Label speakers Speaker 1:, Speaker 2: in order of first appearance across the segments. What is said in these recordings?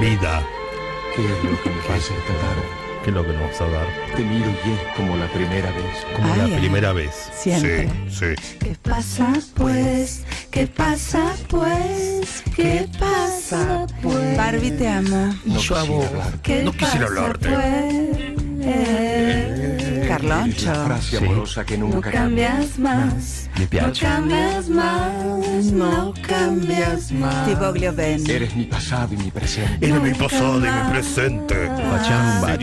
Speaker 1: vida.
Speaker 2: ¿Qué es lo que me vas a dar?
Speaker 3: ¿Qué es lo que nos vas a dar?
Speaker 2: Te miro y es como la primera vez.
Speaker 3: Como
Speaker 4: Ay,
Speaker 3: la
Speaker 4: ay.
Speaker 3: primera vez.
Speaker 4: Siempre.
Speaker 1: Sí, sí.
Speaker 4: ¿Qué pasa pues? ¿Qué pasa pues? ¿Qué pasa pues? Barbie, te amo.
Speaker 2: No
Speaker 3: yo hago-
Speaker 2: quisiera dar
Speaker 4: ¿Qué
Speaker 3: No quisiera
Speaker 4: pasa,
Speaker 3: hablarte.
Speaker 4: pues?
Speaker 2: Eres la
Speaker 4: Carloncho.
Speaker 2: frase amorosa que
Speaker 4: No
Speaker 2: nunca
Speaker 4: cambias más.
Speaker 3: Mi
Speaker 4: No
Speaker 3: piacho.
Speaker 4: cambias más. No cambias más. Tiboglio Ben.
Speaker 2: Eres mi pasado y mi presente.
Speaker 1: En mi pasado y mi presente. Serio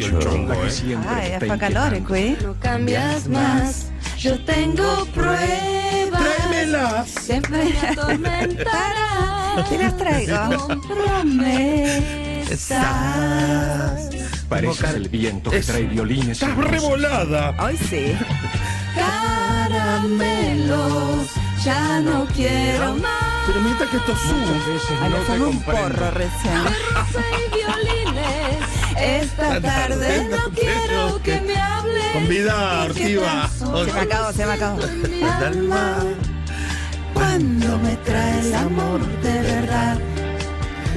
Speaker 1: el chongo,
Speaker 2: La que
Speaker 1: eh.
Speaker 2: siempre
Speaker 4: Ay,
Speaker 2: está
Speaker 4: fa calor
Speaker 2: inquietando.
Speaker 4: qui.
Speaker 5: No cambias más. Yo tengo pruebas. Siempre me atormentarás.
Speaker 4: Te las traigo.
Speaker 5: Promesas.
Speaker 2: Pareces el viento que trae violines.
Speaker 1: Estás
Speaker 2: en el
Speaker 1: revolada.
Speaker 4: Hoy sí.
Speaker 5: Caramelos. Ya no quiero más.
Speaker 1: Pero mira que esto
Speaker 2: Muchas
Speaker 1: sube.
Speaker 2: veces
Speaker 4: Ay,
Speaker 2: no
Speaker 4: nos
Speaker 2: te
Speaker 4: fumó un
Speaker 2: comprendo.
Speaker 4: porro recién.
Speaker 5: Rosa y violines. Esta tarde no quiero que me hables.
Speaker 1: Convida, Ortiva.
Speaker 4: Se me acabó, se me acabó.
Speaker 5: Mi alma,
Speaker 4: Cuando me traes amor de verdad,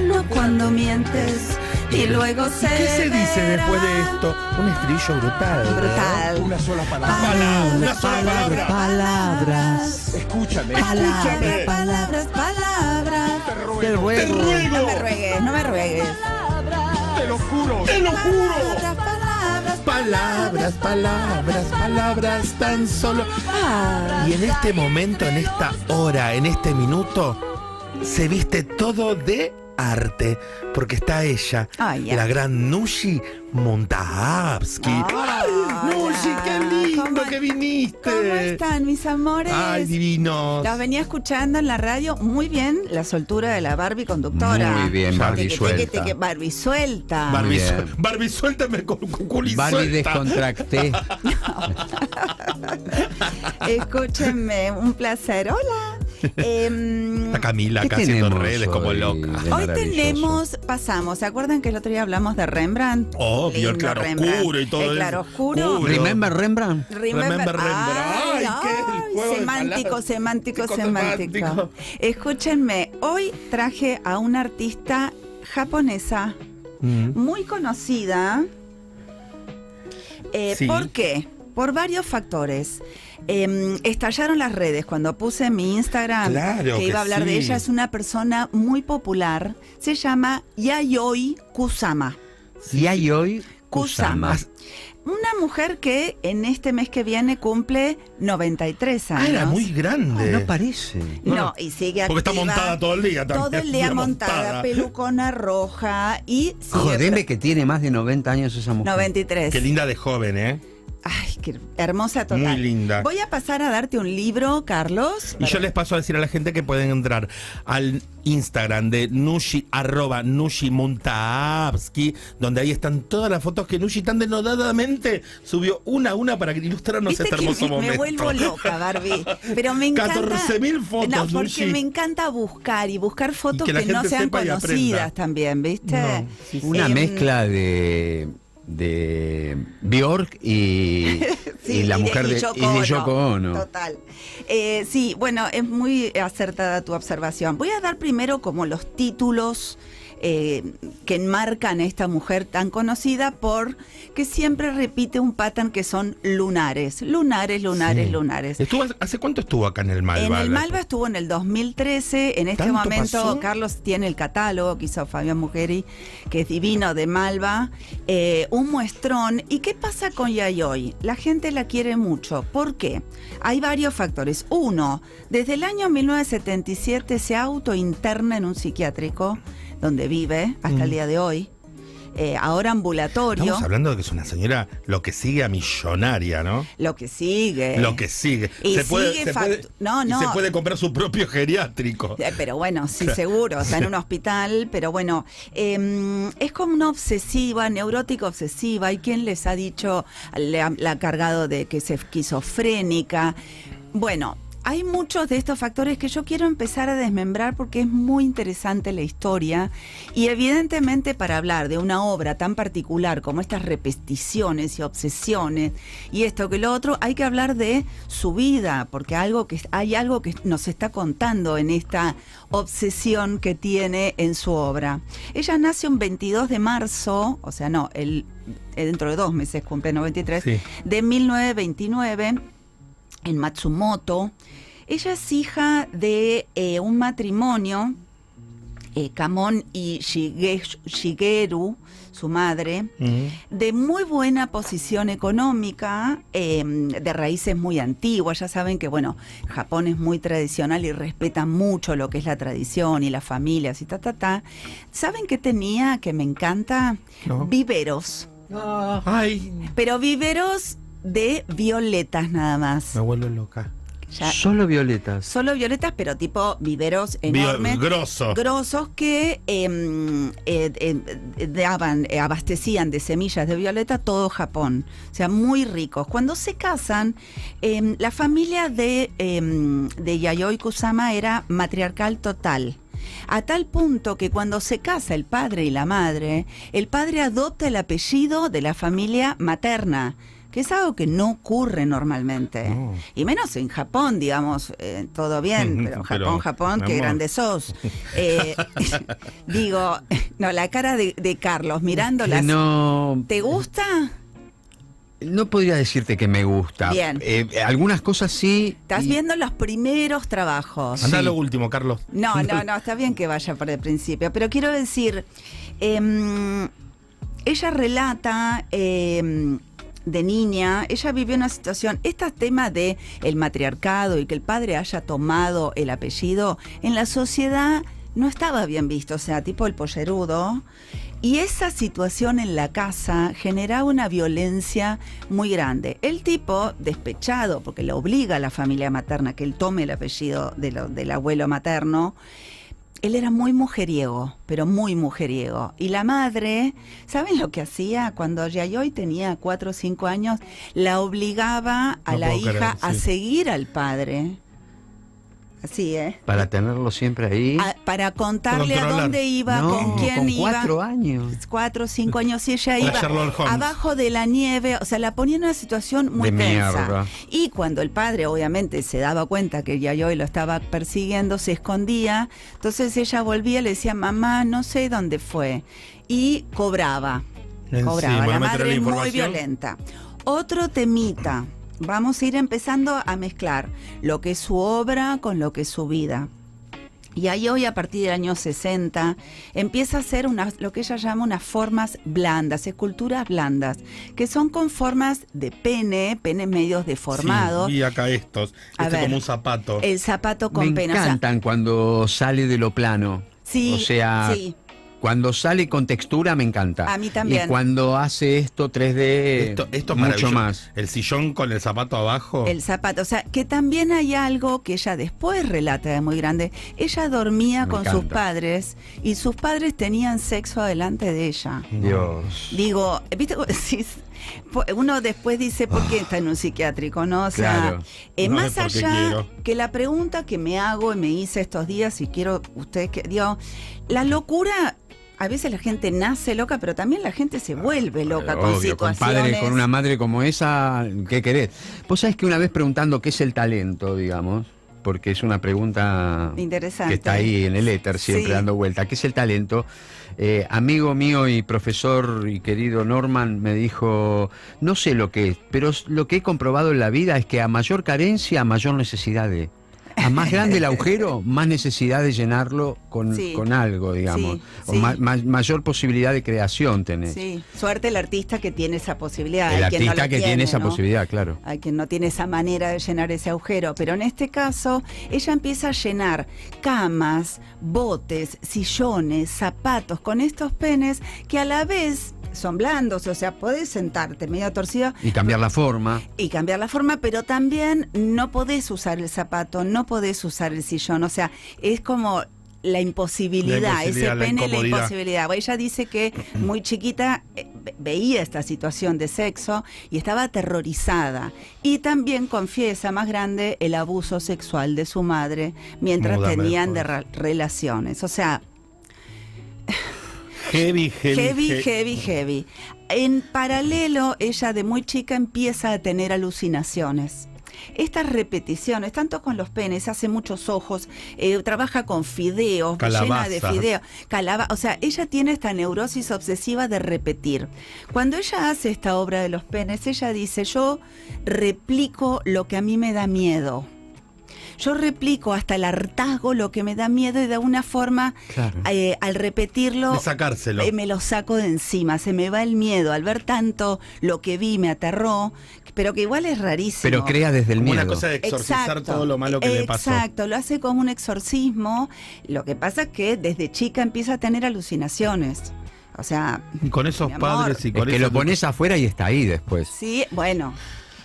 Speaker 4: no cuando mientes y luego se.
Speaker 3: ¿Qué se dice
Speaker 4: verá.
Speaker 3: después de esto? Un estribillo brutal. ¿verdad?
Speaker 4: Brutal.
Speaker 2: Una sola palabra.
Speaker 1: Palabra, una sola palabra.
Speaker 4: Palabras.
Speaker 2: Escúchame.
Speaker 4: Palabras, palabras, palabras.
Speaker 3: Te
Speaker 1: Te
Speaker 3: ruego.
Speaker 4: No me
Speaker 1: ruego.
Speaker 4: ruegues, no me ruegues.
Speaker 2: Te lo juro.
Speaker 1: Te lo juro.
Speaker 4: Palabras,
Speaker 3: Palabras,
Speaker 4: palabras,
Speaker 3: palabras, palabras tan solo.
Speaker 4: palabras.
Speaker 3: Y en este momento, en esta hora, en este minuto, se viste todo de arte. Porque está ella,
Speaker 4: Ay, ya.
Speaker 3: la gran Nushi Montahabsky.
Speaker 4: Hola.
Speaker 3: ¡Ay, Nushi, qué lindo
Speaker 4: ¿Cómo-
Speaker 3: que viniste!
Speaker 4: ¿Cómo están, mis amores?
Speaker 3: ¡Ay, divinos!
Speaker 4: Los venía escuchando en la radio muy bien la soltura de la Barbie conductora.
Speaker 6: Muy bien,
Speaker 3: Ya,
Speaker 6: Barbie
Speaker 4: Teque, teque,
Speaker 6: suelta.
Speaker 4: teque, Barbie suelta.
Speaker 6: Bar-
Speaker 1: Barbie,
Speaker 6: Muy
Speaker 1: suel-
Speaker 6: bien.
Speaker 1: Barbie, suéltame con con culi
Speaker 6: Barbie
Speaker 1: suelta.
Speaker 6: descontracté.
Speaker 4: Escúchenme, un placer. Hola. Em,
Speaker 3: Está Camila
Speaker 6: ¿Qué
Speaker 3: acá haciendo
Speaker 6: tenemos
Speaker 3: redes como
Speaker 6: hoy
Speaker 3: loca.
Speaker 6: de
Speaker 4: hoy
Speaker 6: maravilloso?
Speaker 4: tenemos, pasamos, ¿se acuerdan que el otro día hablamos de Rembrandt?
Speaker 1: Obvio, el
Speaker 4: Lindo
Speaker 1: claroscuro y
Speaker 4: Rembrandt.
Speaker 1: todo
Speaker 4: El
Speaker 1: eso.
Speaker 4: claroscuro.
Speaker 1: Cubro.
Speaker 6: Remember Rembrandt.
Speaker 1: Remember Rembrandt. Ay, qué el juego de
Speaker 4: semántico,
Speaker 1: palabras.
Speaker 4: semántico,
Speaker 1: Qué cosa
Speaker 4: semántico.
Speaker 1: semántico.
Speaker 4: Escúchenme, hoy traje a una artista japonesa
Speaker 1: Mm.
Speaker 4: muy conocida. Eh,
Speaker 3: Sí.
Speaker 4: ¿Por qué? Por varios factores. Eh, estallaron las redes cuando puse mi Instagram
Speaker 1: Claro
Speaker 4: que
Speaker 1: que
Speaker 4: iba a hablar de
Speaker 1: sí.
Speaker 4: ella. Es una persona muy popular. Se llama Yayoi Kusama.
Speaker 6: Y hay hoy
Speaker 4: Kusama.
Speaker 6: Kusama.
Speaker 4: Una mujer que en este mes que viene cumple 93 años.
Speaker 3: Ah, era muy
Speaker 6: No,
Speaker 3: grande.
Speaker 6: no parece.
Speaker 4: No, y sigue activa.
Speaker 1: Porque está montada todo el día también.
Speaker 4: Todo el día montada, pelucona roja y sigue-
Speaker 6: Jodeme que tiene más de 90 años esa mujer.
Speaker 4: 93.
Speaker 1: Qué linda de joven, ¿eh?
Speaker 4: Ay, qué hermosa total.
Speaker 1: Muy linda.
Speaker 4: Voy a pasar a darte un libro, Carlos.
Speaker 3: Y yo les paso a decir a la gente que pueden entrar al Instagram de Nushi, arroba Nushi Montaabsky, donde ahí están todas las fotos que Nushi tan denodadamente subió una a una para ilustrarnos
Speaker 4: Viste
Speaker 3: este
Speaker 4: que
Speaker 3: hermoso
Speaker 4: me,
Speaker 3: momento.
Speaker 4: me vuelvo loca, Barbie. Pero me encanta.
Speaker 3: 14.000 fotos,
Speaker 4: No, porque
Speaker 3: Luchi.
Speaker 4: me encanta buscar y buscar fotos
Speaker 3: que
Speaker 4: que,
Speaker 3: la
Speaker 4: no
Speaker 3: gente
Speaker 4: sean
Speaker 3: sepa y
Speaker 4: conocidas
Speaker 3: aprenda.
Speaker 4: también, ¿viste?
Speaker 3: No, sí, sí.
Speaker 6: Una
Speaker 4: Em,
Speaker 6: mezcla de, de Bjork y,
Speaker 4: Sí,
Speaker 6: y la
Speaker 4: de-
Speaker 6: mujer
Speaker 4: y
Speaker 6: de, y de Yoko Ono.
Speaker 4: Total. Eh, sí, bueno, es muy acertada tu observación. Voy a dar primero como los títulos eh, que enmarcan a esta mujer tan conocida por que siempre repite un pattern que son lunares, lunares, lunares,
Speaker 3: Sí.
Speaker 4: lunares.
Speaker 3: Estuvo- ¿Hace cuánto estuvo acá en el Malva?
Speaker 4: En el
Speaker 3: la-
Speaker 4: Malva estuvo en el 2013. En este
Speaker 3: ¿Tanto
Speaker 4: momento
Speaker 3: pasó?
Speaker 4: Carlos tiene el catálogo que hizo Fabián Muggeri, que es divino de Malva. eh, un muestrón. ¿Y qué pasa con Yayoi? La gente la quiere mucho. ¿Por qué? Hay varios factores. Uno, desde el año 1977 se autointerna en un psiquiátrico donde vive hasta el día de hoy. eh, ahora ambulatorio.
Speaker 3: Mm. Estamos hablando de que es una señora lo que sigue a millonaria, ¿no?
Speaker 4: Lo que sigue.
Speaker 3: Lo que sigue.
Speaker 4: Eh. y
Speaker 3: se puede,
Speaker 4: sigue
Speaker 3: se
Speaker 4: fact-
Speaker 3: puede-
Speaker 4: no,
Speaker 3: y
Speaker 4: no.
Speaker 3: se puede comprar su propio geriátrico.
Speaker 4: Eh, Pero bueno, sí, seguro, está en un hospital, pero bueno, eh, es como una obsesiva, neurótica obsesiva, y quien les ha dicho, le ha- la ha cargado de que es esquizofrénica. Bueno, hay muchos de estos factores que yo quiero empezar a desmembrar porque es muy interesante la historia y evidentemente para hablar de una obra tan particular como estas repeticiones y obsesiones y esto que lo otro, hay que hablar de su vida porque algo que, hay algo que nos está contando en esta obsesión que tiene en su obra. Ella nace un 22 de marzo, o sea, no, el, eh, dentro de dos meses cumple 93,
Speaker 3: Sí.
Speaker 4: de 1929 en Matsumoto. Ella es hija de eh, un matrimonio, eh, Kamon y Shige- Shigeru, su madre,
Speaker 3: Mm.
Speaker 4: de muy buena posición económica, eh, de raíces muy antiguas. Ya saben que, bueno, Japón es muy tradicional y respeta mucho lo que es la tradición y las familias y ta, ta, ta. ¿Saben qué tenía que me encanta?
Speaker 3: No.
Speaker 4: Viveros.
Speaker 3: Ay,
Speaker 4: Pero viveros de violetas nada más.
Speaker 3: me vuelvo loca.
Speaker 4: Ya-
Speaker 6: Solo violetas.
Speaker 4: Solo violetas, pero tipo viveros
Speaker 3: Bio-
Speaker 4: enormes.
Speaker 3: grosso.
Speaker 4: grosos que em, eh, eh, daban, eh, abastecían de semillas de violeta todo Japón. O sea, muy ricos. Cuando se casan, em, la familia de, em, de Yayoi Kusama era matriarcal total. A tal punto que cuando se casa el padre y la madre, el padre adopta el apellido de la familia materna, que es algo que no ocurre normalmente. Y menos en Japón, digamos, eh, todo bien,
Speaker 3: Ujú,
Speaker 4: pero Japón,
Speaker 3: pero,
Speaker 4: Japón,
Speaker 3: mi
Speaker 4: qué
Speaker 3: amor.
Speaker 4: grande sos. Eh, digo, no, la cara de, de Carlos mirándola.
Speaker 6: Que No,
Speaker 4: ¿Te gusta?
Speaker 6: no podría decirte que me gusta.
Speaker 4: Bien.
Speaker 6: Eh, algunas cosas sí.
Speaker 4: Estás
Speaker 6: y- Ah,
Speaker 4: viendo los primeros trabajos.
Speaker 3: Anda
Speaker 6: Sí.
Speaker 3: lo último, Carlos.
Speaker 4: No, no, no, está bien que vaya por el principio, pero quiero decir, em, ella relata em, de niña, ella vivió una situación, este tema de el matriarcado y que el padre haya tomado el apellido, en la sociedad no estaba bien visto, o sea, tipo el pollerudo. Y esa situación en la casa generaba una violencia muy grande. El tipo, despechado, porque le obliga a la familia materna que él tome el apellido de lo- del abuelo materno, él era muy mujeriego, pero muy mujeriego. Y la madre, ¿saben lo que hacía? Cuando Yayoi tenía 4 o 5 años, la obligaba a
Speaker 3: No
Speaker 4: la
Speaker 3: puedo
Speaker 4: hija
Speaker 3: creer,
Speaker 4: a
Speaker 3: sí.
Speaker 4: seguir al padre. Así, ¿eh?
Speaker 6: Para tenerlo siempre ahí.
Speaker 4: A- para contarle a
Speaker 3: Controlar.
Speaker 4: dónde iba,
Speaker 6: No,
Speaker 4: con quién
Speaker 6: con
Speaker 4: iba
Speaker 6: cuatro años.
Speaker 4: cuatro o cinco años y ella
Speaker 3: La
Speaker 4: iba
Speaker 3: Sherlock Holmes.
Speaker 4: abajo de la nieve, o sea, la ponía en una situación muy
Speaker 6: De
Speaker 4: tensa.
Speaker 6: mierda.
Speaker 4: Y cuando el padre obviamente se daba cuenta que Yayoi lo estaba persiguiendo, se escondía, entonces ella volvía y le decía, mamá, no sé dónde fue. Y cobraba,
Speaker 3: Encima,
Speaker 4: cobraba.
Speaker 3: meter la
Speaker 4: la madre es muy
Speaker 3: información.
Speaker 4: violenta. Otro temita, vamos a ir empezando a mezclar lo que es su obra con lo que es su vida. Y ahí hoy, a partir del año 60, empieza a hacer unas- lo que ella llama unas formas blandas, esculturas blandas, que son con formas de pene, pene medios deformados,
Speaker 3: Sí, y acá estos.
Speaker 4: A
Speaker 3: este
Speaker 4: ver. Eh,
Speaker 3: como un zapato.
Speaker 4: el zapato
Speaker 6: Me
Speaker 4: con pene. o sea,
Speaker 6: encantan cuando sale de lo plano.
Speaker 4: sí,
Speaker 6: o sea,
Speaker 4: sí,
Speaker 6: cuando sale con textura me encanta.
Speaker 4: A mí también.
Speaker 6: Y cuando hace esto 3D,
Speaker 3: esto, esto es
Speaker 6: mucho
Speaker 3: maravilloso.
Speaker 6: más.
Speaker 3: El sillón con el zapato
Speaker 6: oh.
Speaker 3: abajo.
Speaker 4: el zapato. O sea, que también hay algo que ella después relata de muy grande. Ella dormía
Speaker 6: Me
Speaker 4: con sus
Speaker 6: encanta.
Speaker 4: padres y sus padres tenían sexo adelante de ella.
Speaker 6: Dios.
Speaker 4: Digo, ¿viste? cómo decís? Po- Uno después dice, ¿por qué está en un psiquiátrico? No, o sea,
Speaker 6: Ah. Claro.
Speaker 4: eh,
Speaker 3: No es
Speaker 4: más
Speaker 3: porque
Speaker 4: allá
Speaker 3: quiero.
Speaker 4: que la pregunta que me hago y me hice estos días, y quiero ustedes que, digo, la locura, a veces la gente nace loca, pero también la gente se vuelve loca con
Speaker 6: Ah, Obvio, con
Speaker 4: situaciones.
Speaker 6: padre, con una madre como esa, ¿qué querés? Vos sabés que una vez preguntando qué es el talento, digamos, porque es una pregunta
Speaker 4: Interesante.
Speaker 6: que está ahí en el éter siempre
Speaker 4: Sí.
Speaker 6: dando vuelta, ¿qué es el talento? Eh, amigo mío y profesor y querido Norman me dijo, no sé lo que es, pero s- lo que he comprobado en la vida es que a mayor carencia, a mayor necesidad de... A más grande el agujero, más necesidad de llenarlo con,
Speaker 4: Sí.
Speaker 6: con algo, digamos. O
Speaker 4: sí.
Speaker 6: ma- ma- mayor posibilidad de creación tenés.
Speaker 4: Sí, suerte el artista que tiene esa posibilidad.
Speaker 6: El
Speaker 4: hay quien no
Speaker 6: artista
Speaker 4: la
Speaker 6: que tiene, esa
Speaker 4: ¿no?
Speaker 6: posibilidad, claro.
Speaker 4: hay quien no tiene esa manera de llenar ese agujero, pero en este caso ella empieza a llenar camas, botes, sillones, zapatos con estos penes que a la vez son blandos, o sea, podés sentarte medio torcido
Speaker 6: Y cambiar la forma.
Speaker 4: y cambiar la forma, pero también no podés usar el zapato, no podés usar el sillón, o sea, es como la imposibilidad,
Speaker 3: La imposibilidad,
Speaker 4: ese
Speaker 3: la
Speaker 4: pene, la
Speaker 3: incomodidad.
Speaker 4: imposibilidad. Bueno, Ella dice que muy chiquita eh, ve- veía esta situación de sexo y estaba aterrorizada. Y también confiesa más grande el abuso sexual de su madre mientras
Speaker 3: Múdame,
Speaker 4: tenían de
Speaker 3: por
Speaker 4: ra- relaciones. O sea,
Speaker 3: Heavy, heavy.
Speaker 4: heavy,
Speaker 3: he-
Speaker 4: heavy, heavy. En paralelo, ella de muy chica empieza a tener alucinaciones. Estas repeticiones, tanto con los penes, hace muchos ojos, eh, trabaja con fideos, llena de
Speaker 3: Calabaza.
Speaker 4: fideos, calaba, o sea, ella tiene esta neurosis obsesiva de repetir. Cuando ella hace esta obra de los penes, ella dice, yo replico lo que a mí me da miedo. Yo replico hasta el hartazgo lo que me da miedo y de una forma,
Speaker 6: Claro.
Speaker 4: eh, al repetirlo,
Speaker 3: De sacárselo.
Speaker 4: eh, me lo saco de encima, se me va el miedo. Al ver tanto lo que vi me aterró, pero que igual es rarísimo.
Speaker 6: Pero crea desde el
Speaker 3: Como
Speaker 6: miedo.
Speaker 3: una cosa de exorcizar
Speaker 4: Exacto.
Speaker 3: todo lo malo que le pasó.
Speaker 4: Exacto, lo hace como un exorcismo. Lo que pasa es que desde chica empieza a tener alucinaciones. O sea,
Speaker 3: Y Con esos
Speaker 4: Mi amor.
Speaker 3: padres y
Speaker 6: Es
Speaker 3: con
Speaker 6: que lo
Speaker 3: esos-
Speaker 6: pones afuera y está ahí después.
Speaker 4: sí, bueno,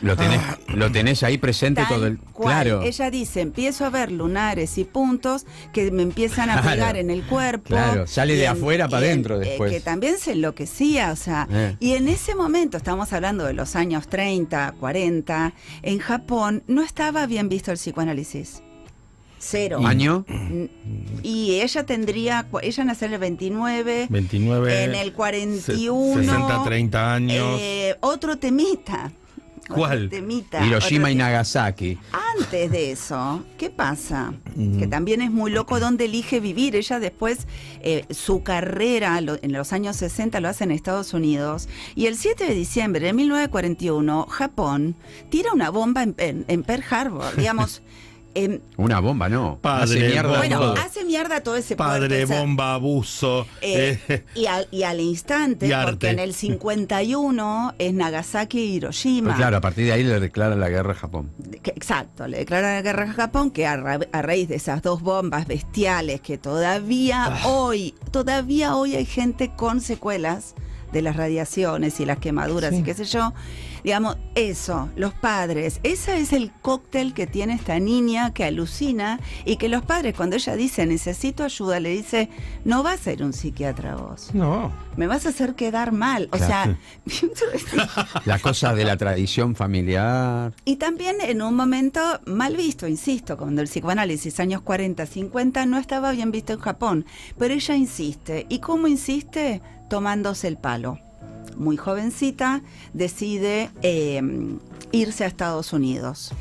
Speaker 6: Lo tenés, lo tenés ahí presente
Speaker 4: Ah. tal
Speaker 6: todo el.
Speaker 4: cual.
Speaker 6: Claro.
Speaker 4: Ella dice, empiezo a ver lunares y puntos que me empiezan a
Speaker 6: Claro.
Speaker 4: pegar en el cuerpo.
Speaker 6: Claro, sale
Speaker 4: Y
Speaker 6: de
Speaker 4: en-
Speaker 6: afuera pa'
Speaker 4: y en-
Speaker 6: dentro
Speaker 4: eh,
Speaker 6: después.
Speaker 4: que también se enloquecía, o sea,
Speaker 6: Eh.
Speaker 4: y en ese momento, estamos hablando de los años 30, 40, en Japón no estaba bien visto el psicoanálisis. Cero.
Speaker 6: Año.
Speaker 4: Y ella tendría, cu- ella nació en el 29,
Speaker 3: 29.
Speaker 4: en el
Speaker 3: se-
Speaker 4: 41.
Speaker 3: 60, 30 años.
Speaker 4: eh, otro temita. Otro
Speaker 3: ¿Cuál?
Speaker 4: temita,
Speaker 6: Hiroshima
Speaker 4: otro
Speaker 6: y
Speaker 4: te-
Speaker 6: Nagasaki.
Speaker 4: antes de eso, ¿qué pasa? Que también es muy loco dónde elige vivir. Ella después, eh, su carrera lo- en los años 60 lo hace en Estados Unidos. Y el 7 de diciembre de 1941, Japón tira una bomba en, en- en Pearl Harbor, digamos. em,
Speaker 6: Una bomba, no.
Speaker 3: Padre,
Speaker 6: Hace mierda
Speaker 3: bomba.
Speaker 4: bueno,
Speaker 6: todo.
Speaker 4: hace mierda todo ese puerto,
Speaker 3: Padre,
Speaker 4: o sea,
Speaker 3: bomba, abuso.
Speaker 4: eh,
Speaker 3: eh,
Speaker 4: y, al, y al instante,
Speaker 3: Y arte.
Speaker 4: porque en el 51 es Nagasaki y Hiroshima.
Speaker 6: Pero claro, a partir de ahí le declara la guerra a Japón.
Speaker 4: que- exacto, le declaran la guerra a Japón que a, ra- a raíz de esas dos bombas bestiales que todavía hoy, todavía hoy hay gente con secuelas de las radiaciones y las quemaduras y qué sé yo. Digamos, eso, los padres, ese es el cóctel que tiene esta niña que alucina y que los padres cuando ella dice necesito ayuda, le dice, no vas a ir a un psiquiatra vos,
Speaker 3: no.
Speaker 4: me vas a hacer quedar mal. O
Speaker 6: Claro.
Speaker 4: sea,
Speaker 6: La cosa de la tradición familiar.
Speaker 4: Y también en un momento mal visto, insisto, cuando el psicoanálisis años 40, 50 no estaba bien visto en Japón, pero ella insiste. ¿Y cómo insiste? Tomándose el palo. Muy jovencita, decide eh, irse a Estados Unidos.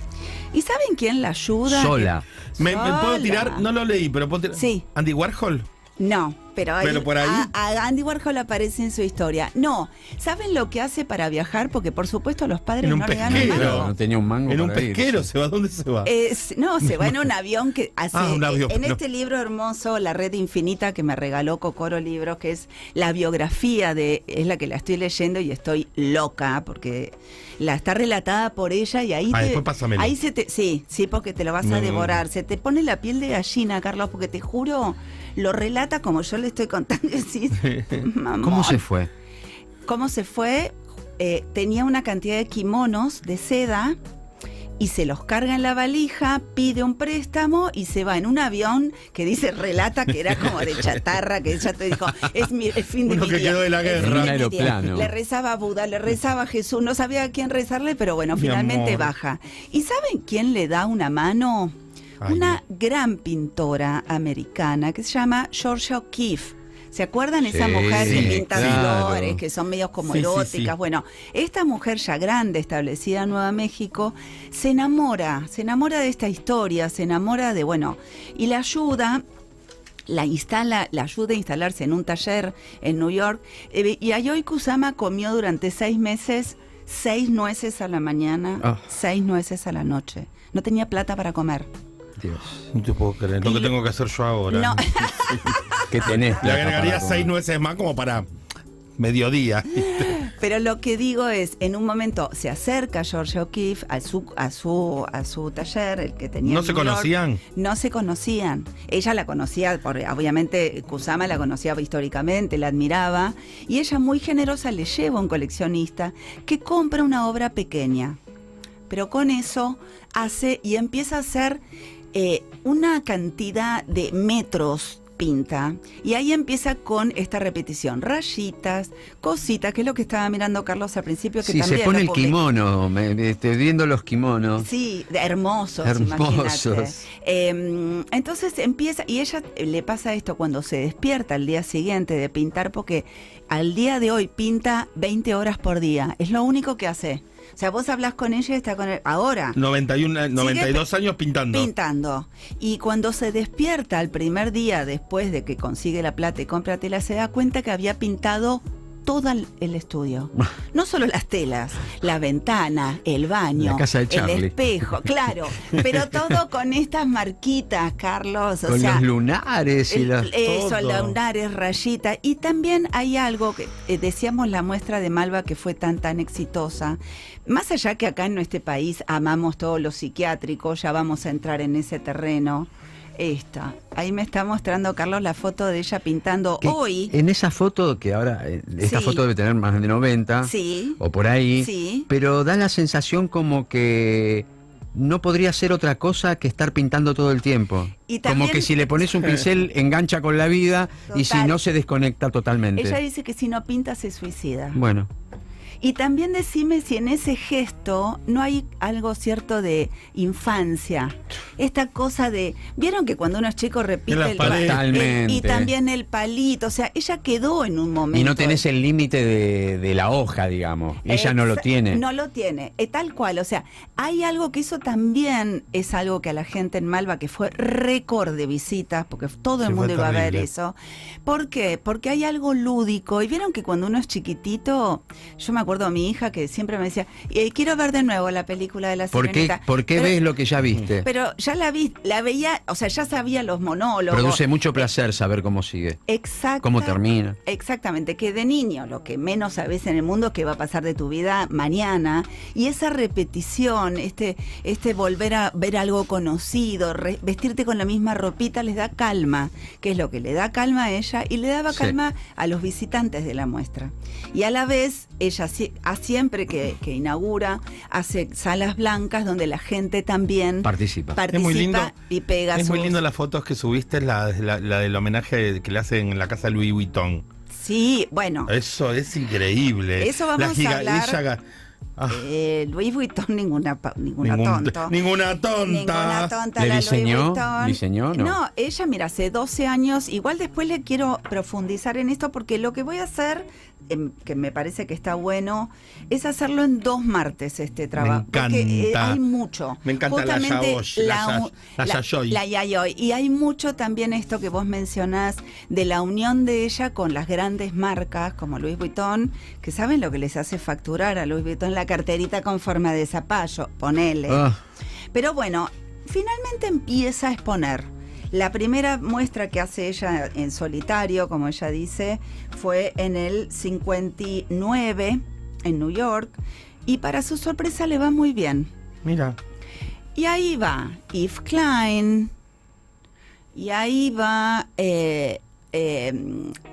Speaker 4: ¿Y saben quién la ayuda?
Speaker 6: Sola.
Speaker 3: Me, me puedo
Speaker 4: Sola.
Speaker 3: tirar, no lo leí, pero puedo tirar.
Speaker 4: Sí.
Speaker 3: Andy Warhol.
Speaker 4: No, pero, ahí-
Speaker 3: Pero por ahí.
Speaker 4: A, a Andy Warhol aparece en su historia. No, ¿saben lo que hace para viajar? Porque por supuesto los padres
Speaker 3: En un
Speaker 4: no le dan
Speaker 3: pesquero.
Speaker 4: mano.
Speaker 3: Pero-
Speaker 6: no tenía un mango.
Speaker 3: En un
Speaker 6: para ir.
Speaker 3: pesquero se va. ¿Dónde se va?
Speaker 4: Es- no, se va en un avión que hace.
Speaker 3: Ah, un avión,
Speaker 4: en
Speaker 3: no.
Speaker 4: este libro hermoso, La Red Infinita, que me regaló Cocoro Libros, que es la biografía de. Es la que la estoy leyendo y estoy loca, porque la está relatada por ella y ahí.
Speaker 3: Ah,
Speaker 4: te-
Speaker 3: después Mm. pásamelo.
Speaker 4: Ahí se te. Sí, sí, porque te lo vas
Speaker 3: No,
Speaker 4: a
Speaker 3: no, no.
Speaker 4: devorar. Se te pone la piel de gallina, Carlos, porque te juro, lo relata como yo le estoy contando. y decís, "Mamón".
Speaker 6: ¿Cómo se fue?
Speaker 4: ¿Cómo se fue? Eh, tenía una cantidad de kimonos de seda y se los carga en la valija, pide un préstamo y se va en un avión que dice, relata que era como de chatarra, que ella te dijo, es mi el fin de
Speaker 3: Uno
Speaker 4: mi
Speaker 3: que
Speaker 4: día,
Speaker 3: quedó de la
Speaker 4: el fin
Speaker 3: guerra.
Speaker 4: de
Speaker 6: En un
Speaker 4: mi día".
Speaker 6: aeroplano.
Speaker 4: Le rezaba a Buda, le rezaba a Jesús, no sabía a quién rezarle, pero bueno,
Speaker 3: Mi
Speaker 4: finalmente
Speaker 3: amor.
Speaker 4: baja. ¿Y saben quién le da una mano?
Speaker 3: Ay,
Speaker 4: una gran pintora americana que se llama Georgia O'Keeffe. ¿Se acuerdan esa
Speaker 6: Sí,
Speaker 4: mujer que
Speaker 6: sí,
Speaker 4: pinta
Speaker 6: claro.
Speaker 4: flores, que son medios como
Speaker 3: Sí, sí,
Speaker 4: eróticas?
Speaker 3: sí.
Speaker 4: Bueno, esta mujer ya grande, establecida en Nueva México, se enamora, se enamora de esta historia, se enamora de, bueno, y la ayuda la instala, la ayuda a instalarse en un taller en New York. Eh, y Ayoi Kusama comió durante seis meses seis nueces a la mañana,
Speaker 6: Ah.
Speaker 4: seis nueces a la noche. No tenía plata para comer.
Speaker 6: Dios.
Speaker 3: No te puedo creer. Lo que tengo que hacer yo ahora.
Speaker 4: No.
Speaker 6: ¿Qué tenés?
Speaker 3: Le
Speaker 6: plata
Speaker 3: agregaría
Speaker 6: para comer?
Speaker 3: seis nueces más como para mediodía.
Speaker 4: Pero lo que digo es, en un momento se acerca George O'Keeffe a su, a su, a su taller, el que tenía.
Speaker 3: ¿No
Speaker 4: en
Speaker 3: se
Speaker 4: New York.
Speaker 3: conocían?
Speaker 4: No se conocían. Ella la conocía, por- obviamente Kusama la conocía históricamente, la admiraba. Y ella, muy generosa, le lleva a un coleccionista que compra una obra pequeña. Pero con eso hace y empieza a hacer eh, una cantidad de metros pinta. Y ahí empieza con esta repetición. Rayitas, cositas, que es lo que estaba mirando Carlos al principio. Que
Speaker 6: Sí, se
Speaker 4: también
Speaker 6: pone
Speaker 4: lo
Speaker 6: el
Speaker 4: publi-
Speaker 6: kimono, me- me- estoy viendo los kimonos.
Speaker 4: Sí, de- hermosos.
Speaker 6: Hermosos.
Speaker 4: imagínate. Eh, entonces empieza, y ella eh, le pasa esto cuando se despierta al día siguiente de pintar, porque al día de hoy pinta 20 horas por día. Es lo único que hace. O sea, vos hablas con ella y está con él. Ahora.
Speaker 3: 91, eh, 92
Speaker 4: pe-
Speaker 3: años pintando.
Speaker 4: Pintando. Y cuando se despierta al primer día después de que consigue la plata y compra tela, se da cuenta que había pintado todo el el estudio. No solo las telas, la ventana, el baño,
Speaker 6: La casa de
Speaker 4: el
Speaker 6: Charlie.
Speaker 4: espejo, claro. Pero todo con estas marquitas, Carlos. O
Speaker 6: con
Speaker 4: sea,
Speaker 6: los lunares y
Speaker 4: el-
Speaker 6: las...
Speaker 4: Eso,
Speaker 3: Todo.
Speaker 4: lunares, rayita. Y también hay algo que eh, decíamos la muestra de Malva que fue tan, tan exitosa. Más allá que acá en este país amamos todo lo psiquiátrico, ya vamos a entrar en ese terreno. Esta. Ahí me está mostrando, Carlos, la foto de ella pintando
Speaker 6: que
Speaker 4: hoy.
Speaker 6: En esa foto, que ahora, eh, esta
Speaker 4: Sí.
Speaker 6: foto debe tener más de 90,
Speaker 4: sí.
Speaker 6: o por ahí,
Speaker 4: Sí.
Speaker 6: pero da la sensación como que no podría ser otra cosa que estar pintando todo el tiempo.
Speaker 4: Y
Speaker 6: como
Speaker 4: también-
Speaker 6: que si le pones un pincel, engancha con la vida y si
Speaker 4: Total.
Speaker 6: no, se desconecta totalmente.
Speaker 4: Ella dice que si no pinta se suicida.
Speaker 6: Bueno,
Speaker 4: Y también decime si en ese gesto no hay algo cierto de infancia. Esta cosa de. ¿Vieron que cuando uno es chico
Speaker 3: En las
Speaker 4: repite el
Speaker 3: paredes.
Speaker 4: pa- el- Y
Speaker 6: Totalmente.
Speaker 4: también el palito. O sea, ella quedó en un momento.
Speaker 6: y no tenés el límite de, de la hoja, digamos. Ella no lo
Speaker 4: Exa-
Speaker 6: tiene.
Speaker 4: No lo tiene, eh, tal cual. O sea, hay algo que eso también es algo que a la gente en Malva, que fue récord de visitas, porque todo el
Speaker 3: Sí, fue
Speaker 4: mundo iba a ver
Speaker 3: terrible.
Speaker 4: eso. ¿Por qué? Porque hay algo lúdico. Y vieron que cuando uno es chiquitito, yo me acuerdo a mi hija que siempre me decía, "Eh, quiero ver de nuevo la película de la
Speaker 6: ¿Por qué,
Speaker 4: sirenita".
Speaker 6: por qué
Speaker 4: Pero-
Speaker 6: ves lo que ya viste?
Speaker 4: Pero ya la vi, la veía, o sea, ya sabía los monólogos.
Speaker 6: Produce mucho placer saber cómo sigue,
Speaker 4: Exacto.
Speaker 6: cómo termina.
Speaker 4: Exactamente, que de niño lo que menos sabes en el mundo es que va a pasar de tu vida mañana y esa repetición, este, este volver a ver algo conocido, re- vestirte con la misma ropita les da calma, que es lo que le da calma a ella y le daba
Speaker 6: Sí.
Speaker 4: calma a los visitantes de la muestra. Y a la vez ella sie- a siempre que, que inaugura hace salas blancas donde la gente también
Speaker 6: Participa.
Speaker 4: participa
Speaker 3: Es muy lindo.
Speaker 4: y pega
Speaker 3: Es muy
Speaker 4: sus-
Speaker 3: lindo las fotos que subiste, la, la- la del homenaje que le hacen en la casa Louis Vuitton.
Speaker 4: Sí, bueno.
Speaker 3: Eso es increíble.
Speaker 4: Eso vamos
Speaker 3: La giga-
Speaker 4: a hablar.
Speaker 3: ella ga- Ah,
Speaker 4: Eh, Louis Vuitton, ninguna, pa- ninguna
Speaker 3: ningún-
Speaker 4: tonto.
Speaker 3: ninguna tonta.
Speaker 4: Ninguna tonta
Speaker 6: ¿Le
Speaker 4: la
Speaker 6: diseñó?
Speaker 4: Louis Vuitton.
Speaker 6: ¿Diseñó? No.
Speaker 4: ella, mira, hace 12 años. Igual después le quiero profundizar en esto porque lo que voy a hacer, em, que me parece que está bueno, es hacerlo en dos martes este trabajo. Porque eh,
Speaker 3: encanta.
Speaker 4: hay mucho.
Speaker 3: Me encanta la yaosh, la ya- la yayoi.
Speaker 4: la yayoi. Y hay mucho también esto que vos mencionás de la unión de ella con las grandes marcas como Louis Vuitton, que saben lo que les hace facturar a Louis Vuitton la carterita con forma de zapallo, ponele.
Speaker 6: Ah,
Speaker 4: Pero bueno, finalmente empieza a exponer. La primera muestra que hace ella en solitario, como ella dice, fue en el 59 en New York y para su sorpresa le va muy bien.
Speaker 3: Mira.
Speaker 4: Y ahí va Yves Klein. Y ahí va, eh, eh,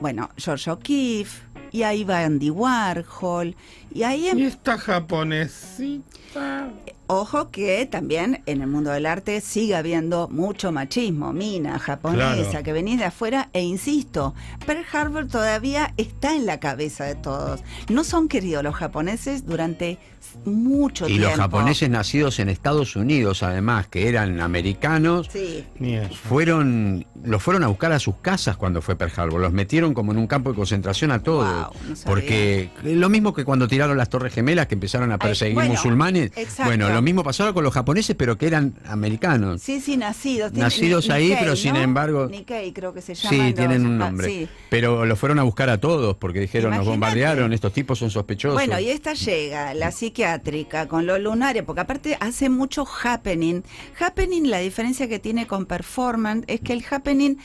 Speaker 4: bueno, George O'Keefe. Y ahí va Andy Warhol. Y ahí em-
Speaker 3: Y esta japonesita.
Speaker 4: Eh, Ojo que también en el mundo del arte sigue habiendo mucho machismo, mina japonesa
Speaker 3: Claro.
Speaker 4: que venís de afuera e insisto, Pearl Harbor todavía está en la cabeza de todos. No son queridos los japoneses durante mucho
Speaker 6: y
Speaker 4: tiempo.
Speaker 6: los japoneses nacidos en Estados Unidos, además, que eran americanos,
Speaker 4: Sí.
Speaker 3: Ni ella.
Speaker 6: fueron los fueron a buscar a sus casas cuando fue Pearl Harbor. Los metieron como en un campo de concentración a todos.
Speaker 4: Guau, no sabía.
Speaker 6: porque lo mismo que cuando tiraron las Torres Gemelas, que empezaron a perseguir
Speaker 4: bueno,
Speaker 6: musulmanes.
Speaker 4: exacto.
Speaker 6: Bueno, lo mismo pasaba con los japoneses, pero que eran americanos.
Speaker 4: Sí, sí, nacidos. Tiene-
Speaker 6: Nacidos ahí, pero
Speaker 4: ¿no?
Speaker 6: sin embargo-
Speaker 4: Nikkei creo que se llama.
Speaker 6: Sí, tienen un nombre. Pero los fueron a buscar a todos porque dijeron,
Speaker 4: Imagínate.
Speaker 6: nos bombardearon, estos tipos son sospechosos.
Speaker 4: Bueno, y esta llega, la psiquiátrica, con los lunares, porque aparte hace mucho happening. Happening, la diferencia que tiene con performance es que el happening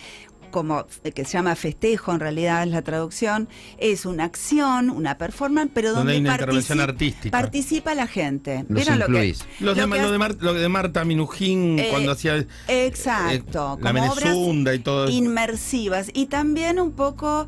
Speaker 4: como eh, que se llama festejo en realidad es la traducción, es una acción, una performance, pero
Speaker 3: Donde
Speaker 4: donde,
Speaker 3: hay una
Speaker 4: partici-
Speaker 3: intervención artística.
Speaker 4: participa la gente.
Speaker 6: Los
Speaker 4: ¿Vieron
Speaker 6: incluís.
Speaker 3: Los de,
Speaker 4: que
Speaker 3: lo,
Speaker 4: hace-
Speaker 3: de Mar- lo de Marta Minujín
Speaker 4: eh,
Speaker 3: cuando hacía.
Speaker 4: Exacto,
Speaker 3: eh, la
Speaker 4: como obras
Speaker 3: Menezunda y todo eso.
Speaker 4: inmersivas y también un poco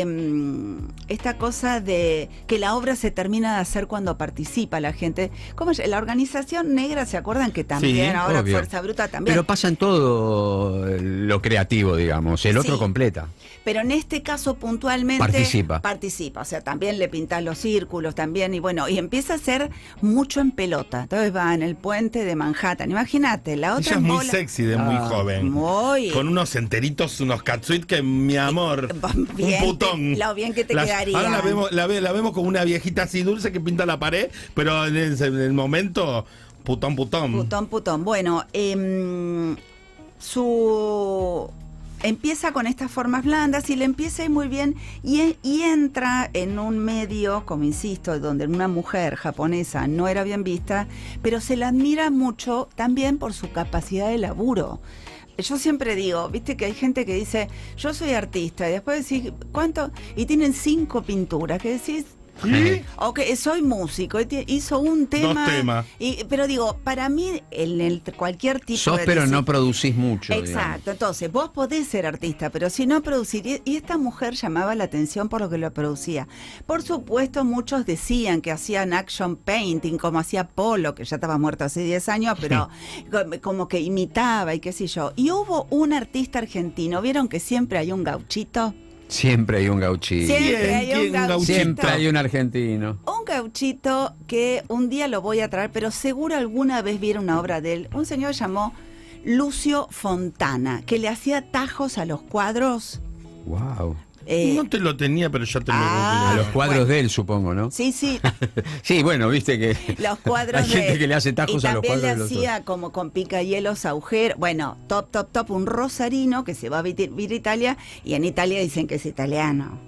Speaker 4: eh, esta cosa de que la obra se termina de hacer cuando participa la gente. ¿Cómo se- la organización negra se acuerdan que también
Speaker 3: Sí,
Speaker 4: ahora
Speaker 6: obvio.
Speaker 4: Fuerza Bruta también.
Speaker 6: Pero pasa en todo lo creativo, digamos. digamos, el otro
Speaker 4: Sí.
Speaker 6: completa.
Speaker 4: Pero en este caso puntualmente
Speaker 6: Participa.
Speaker 4: participa, o sea, también le pintas los círculos también y bueno, y empieza a ser mucho en pelota. Entonces va en el puente de Manhattan. Imagínate, la otra
Speaker 3: Ella es
Speaker 4: en
Speaker 3: muy
Speaker 4: bola-
Speaker 3: sexy de muy
Speaker 6: Ah,
Speaker 3: joven.
Speaker 4: muy.
Speaker 3: Con unos enteritos, unos catsuit que, mi amor,
Speaker 4: Eh, Bien
Speaker 3: un
Speaker 4: te-
Speaker 3: putón.
Speaker 4: lo bien que te quedaría.
Speaker 3: Ahora la vemos, la, ve- la vemos con una viejita así dulce que pinta la pared, pero en, ese- en el momento, putón, putón.
Speaker 4: Putón, putón. Bueno, em, su. Empieza con estas formas blandas y le empieza a ir muy bien y, e- y entra en un medio, como insisto, donde una mujer japonesa no era bien vista, pero se la admira mucho también por su capacidad de laburo. Yo siempre digo, viste que hay gente que dice, yo soy artista, y después decís, ¿cuánto? Y tienen cinco pinturas, que decís,
Speaker 3: ¿Y?
Speaker 4: Ok, soy músico, y ti- hizo un tema.
Speaker 3: temas.
Speaker 4: y- pero digo, para mí, en el, cualquier tipo
Speaker 6: Sos
Speaker 4: de.
Speaker 6: pero no
Speaker 4: disciplina-
Speaker 6: producís mucho.
Speaker 4: Exacto, entonces vos podés ser artista, pero si no producir, y- y esta mujer llamaba la atención por lo que lo producía. Por supuesto, muchos decían que hacían action painting, como hacía Polo, que ya estaba muerto hace 10 años, pero com- como que imitaba y qué sé yo. Y hubo un artista argentino, ¿vieron que siempre hay un gauchito?
Speaker 6: digamos. Siempre hay un gauchito.
Speaker 4: Siempre
Speaker 3: ¿Quién?
Speaker 4: hay un
Speaker 3: ¿Quién? Un
Speaker 4: gauchito.
Speaker 6: Siempre hay un argentino.
Speaker 4: Un gauchito que un día lo voy a traer, pero seguro alguna vez vieron una obra de él. Un señor llamó Lucio Fontana, que le hacía tajos a los cuadros.
Speaker 6: Wow.
Speaker 4: eh,
Speaker 3: No te lo tenía, pero ya te
Speaker 4: Ah.
Speaker 6: A
Speaker 3: lo
Speaker 6: los cuadros de él, supongo, ¿no?
Speaker 4: Sí, sí,
Speaker 6: Sí, bueno, viste que.
Speaker 4: los cuadros
Speaker 6: Hay gente
Speaker 4: de-
Speaker 6: que le hace tajos
Speaker 4: y
Speaker 6: a los
Speaker 4: también
Speaker 6: cuadros de los
Speaker 4: le hacía como con picahielos agujeros. Bueno, top, top, top, un rosarino que se va a vivir vivir a Italia y en Italia dicen que es italiano.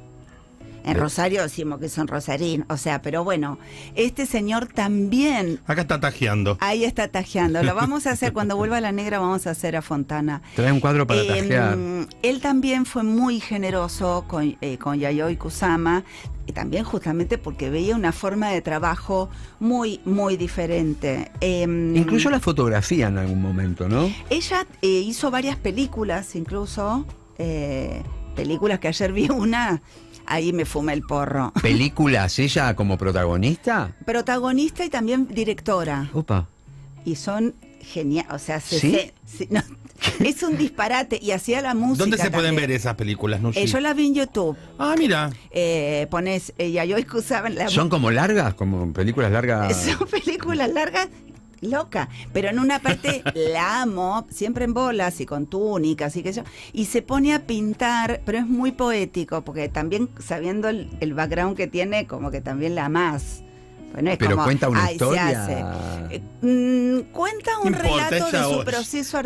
Speaker 4: En
Speaker 6: Eh.
Speaker 4: Rosario decimos que son rosarinos. O sea, pero bueno, este señor también
Speaker 3: Acá está tajeando.
Speaker 4: Ahí está tajeando. Lo vamos a hacer cuando vuelva la negra, vamos a hacer a Fontana.
Speaker 6: Trae un cuadro para
Speaker 4: Eh,
Speaker 6: tajear.
Speaker 4: él también fue muy generoso con, eh, con Yayoi Kusama, y también justamente porque veía una forma de trabajo muy, muy diferente. Eh,
Speaker 6: Incluso la fotografía en algún momento, ¿no?
Speaker 4: Ella eh, hizo varias películas, incluso eh, películas que ayer vi una, ahí me fumé el porro.
Speaker 6: Películas, ella como protagonista.
Speaker 4: Protagonista y también directora.
Speaker 6: Opa.
Speaker 4: y son genial, o sea, se-
Speaker 6: ¿Sí?
Speaker 4: se- se- no, es un disparate y hacía la música.
Speaker 3: ¿Dónde se pueden
Speaker 4: también.
Speaker 3: ver esas películas, Nushi?
Speaker 4: Eh, yo las vi en YouTube.
Speaker 3: Ah, mira.
Speaker 4: Eh, pones eh, Yayoi Kusaban, la
Speaker 6: Son ah. como largas, como películas largas.
Speaker 4: son películas largas, loca, pero en una parte la amo, siempre en bolas y con túnicas y que yo, y se pone a pintar, pero es muy poético, porque también sabiendo el, el background que tiene, como que también la amás. Bueno, es
Speaker 6: Pero
Speaker 4: como,
Speaker 6: cuenta una
Speaker 4: "Ay, se
Speaker 6: historia".
Speaker 4: hace". Eh, mm, cuenta un
Speaker 3: No importa,
Speaker 4: relato
Speaker 3: ya
Speaker 4: de su
Speaker 3: vos, ya
Speaker 4: proceso
Speaker 3: yo.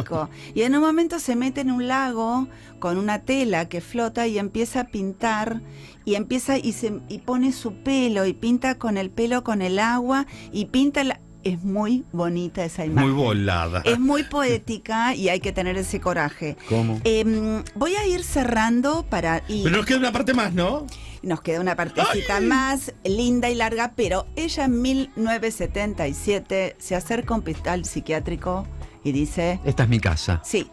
Speaker 4: artístico. Y en un momento se mete en un lago con una tela que flota y empieza a pintar y empieza y se y pone su pelo y pinta con el pelo con el agua y pinta la- es muy bonita esa
Speaker 3: Muy
Speaker 4: imagen.
Speaker 3: volada.
Speaker 4: es muy poética y hay que tener ese coraje.
Speaker 6: ¿Cómo?
Speaker 4: Em, voy a ir cerrando para y
Speaker 3: Pero nos queda una parte más, ¿no?
Speaker 4: nos queda una partecita más linda y larga, pero ella en 1977 se acerca a un hospital psiquiátrico y dice,
Speaker 6: Esta es mi casa.
Speaker 4: Sí,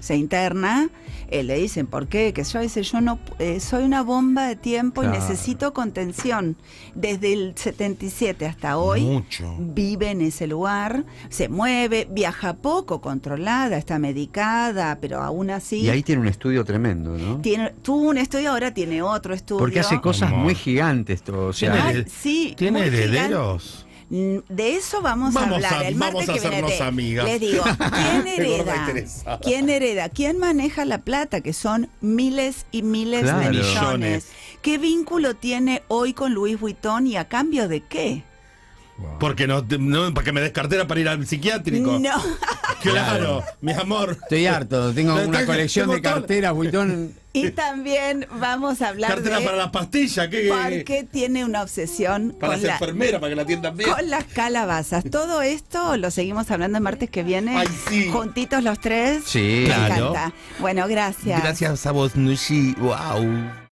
Speaker 4: se interna, eh, le dicen por qué, que yo dice, yo no pu- eh, soy una bomba de tiempo y
Speaker 6: Claro.
Speaker 4: necesito contención. Desde el 77 hasta hoy
Speaker 3: Mucho.
Speaker 4: vive en ese lugar, se mueve, viaja poco, controlada, está medicada, pero aún así
Speaker 6: Y ahí tiene un estudio tremendo, ¿no?
Speaker 4: tiene, tuvo un estudio, ahora tiene otro Este estudio.
Speaker 6: Porque hace cosas
Speaker 3: Amor.
Speaker 6: muy gigantes, todo, o sea,
Speaker 4: Ah,
Speaker 3: Tiene-
Speaker 4: sí,
Speaker 3: ¿Tiene
Speaker 4: muy gigante.
Speaker 3: herederos?
Speaker 4: Mm, De eso vamos,
Speaker 3: Vamos
Speaker 4: a hablar
Speaker 3: a-
Speaker 4: el martes
Speaker 3: vamos a
Speaker 4: que viene.
Speaker 3: hacernos
Speaker 4: Te-
Speaker 3: amigas.
Speaker 4: Les digo, ¿quién
Speaker 3: Qué gorda
Speaker 4: hereda?
Speaker 3: interesada.
Speaker 4: ¿Quién hereda? ¿Quién maneja la plata? Que son miles y miles de
Speaker 6: Claro.
Speaker 4: millones.
Speaker 3: Millones.
Speaker 4: ¿Qué vínculo tiene hoy con Luis Vuitton y a cambio de qué?
Speaker 3: Porque no, te- no, para que me des cartera para ir al psiquiátrico.
Speaker 4: No,
Speaker 3: Claro, mi amor.
Speaker 6: estoy harto, tengo
Speaker 3: Tengo-
Speaker 6: una colección
Speaker 3: tengo
Speaker 6: de
Speaker 3: todo.
Speaker 6: carteras, buitón.
Speaker 4: y también vamos a hablar
Speaker 3: Cartera
Speaker 4: de
Speaker 3: para las pastillas, ¿qué?
Speaker 4: por qué tiene una obsesión
Speaker 3: Para
Speaker 4: con,
Speaker 3: las
Speaker 4: la-
Speaker 3: enfermeras, para que la atiendan bien.
Speaker 4: con las calabazas. Todo esto lo seguimos hablando el martes que viene.
Speaker 3: Ay, sí.
Speaker 4: Juntitos los tres.
Speaker 6: Sí.
Speaker 4: Me
Speaker 3: Claro.
Speaker 4: encanta. Bueno,
Speaker 3: Gracias a vos, Nushi. Wow.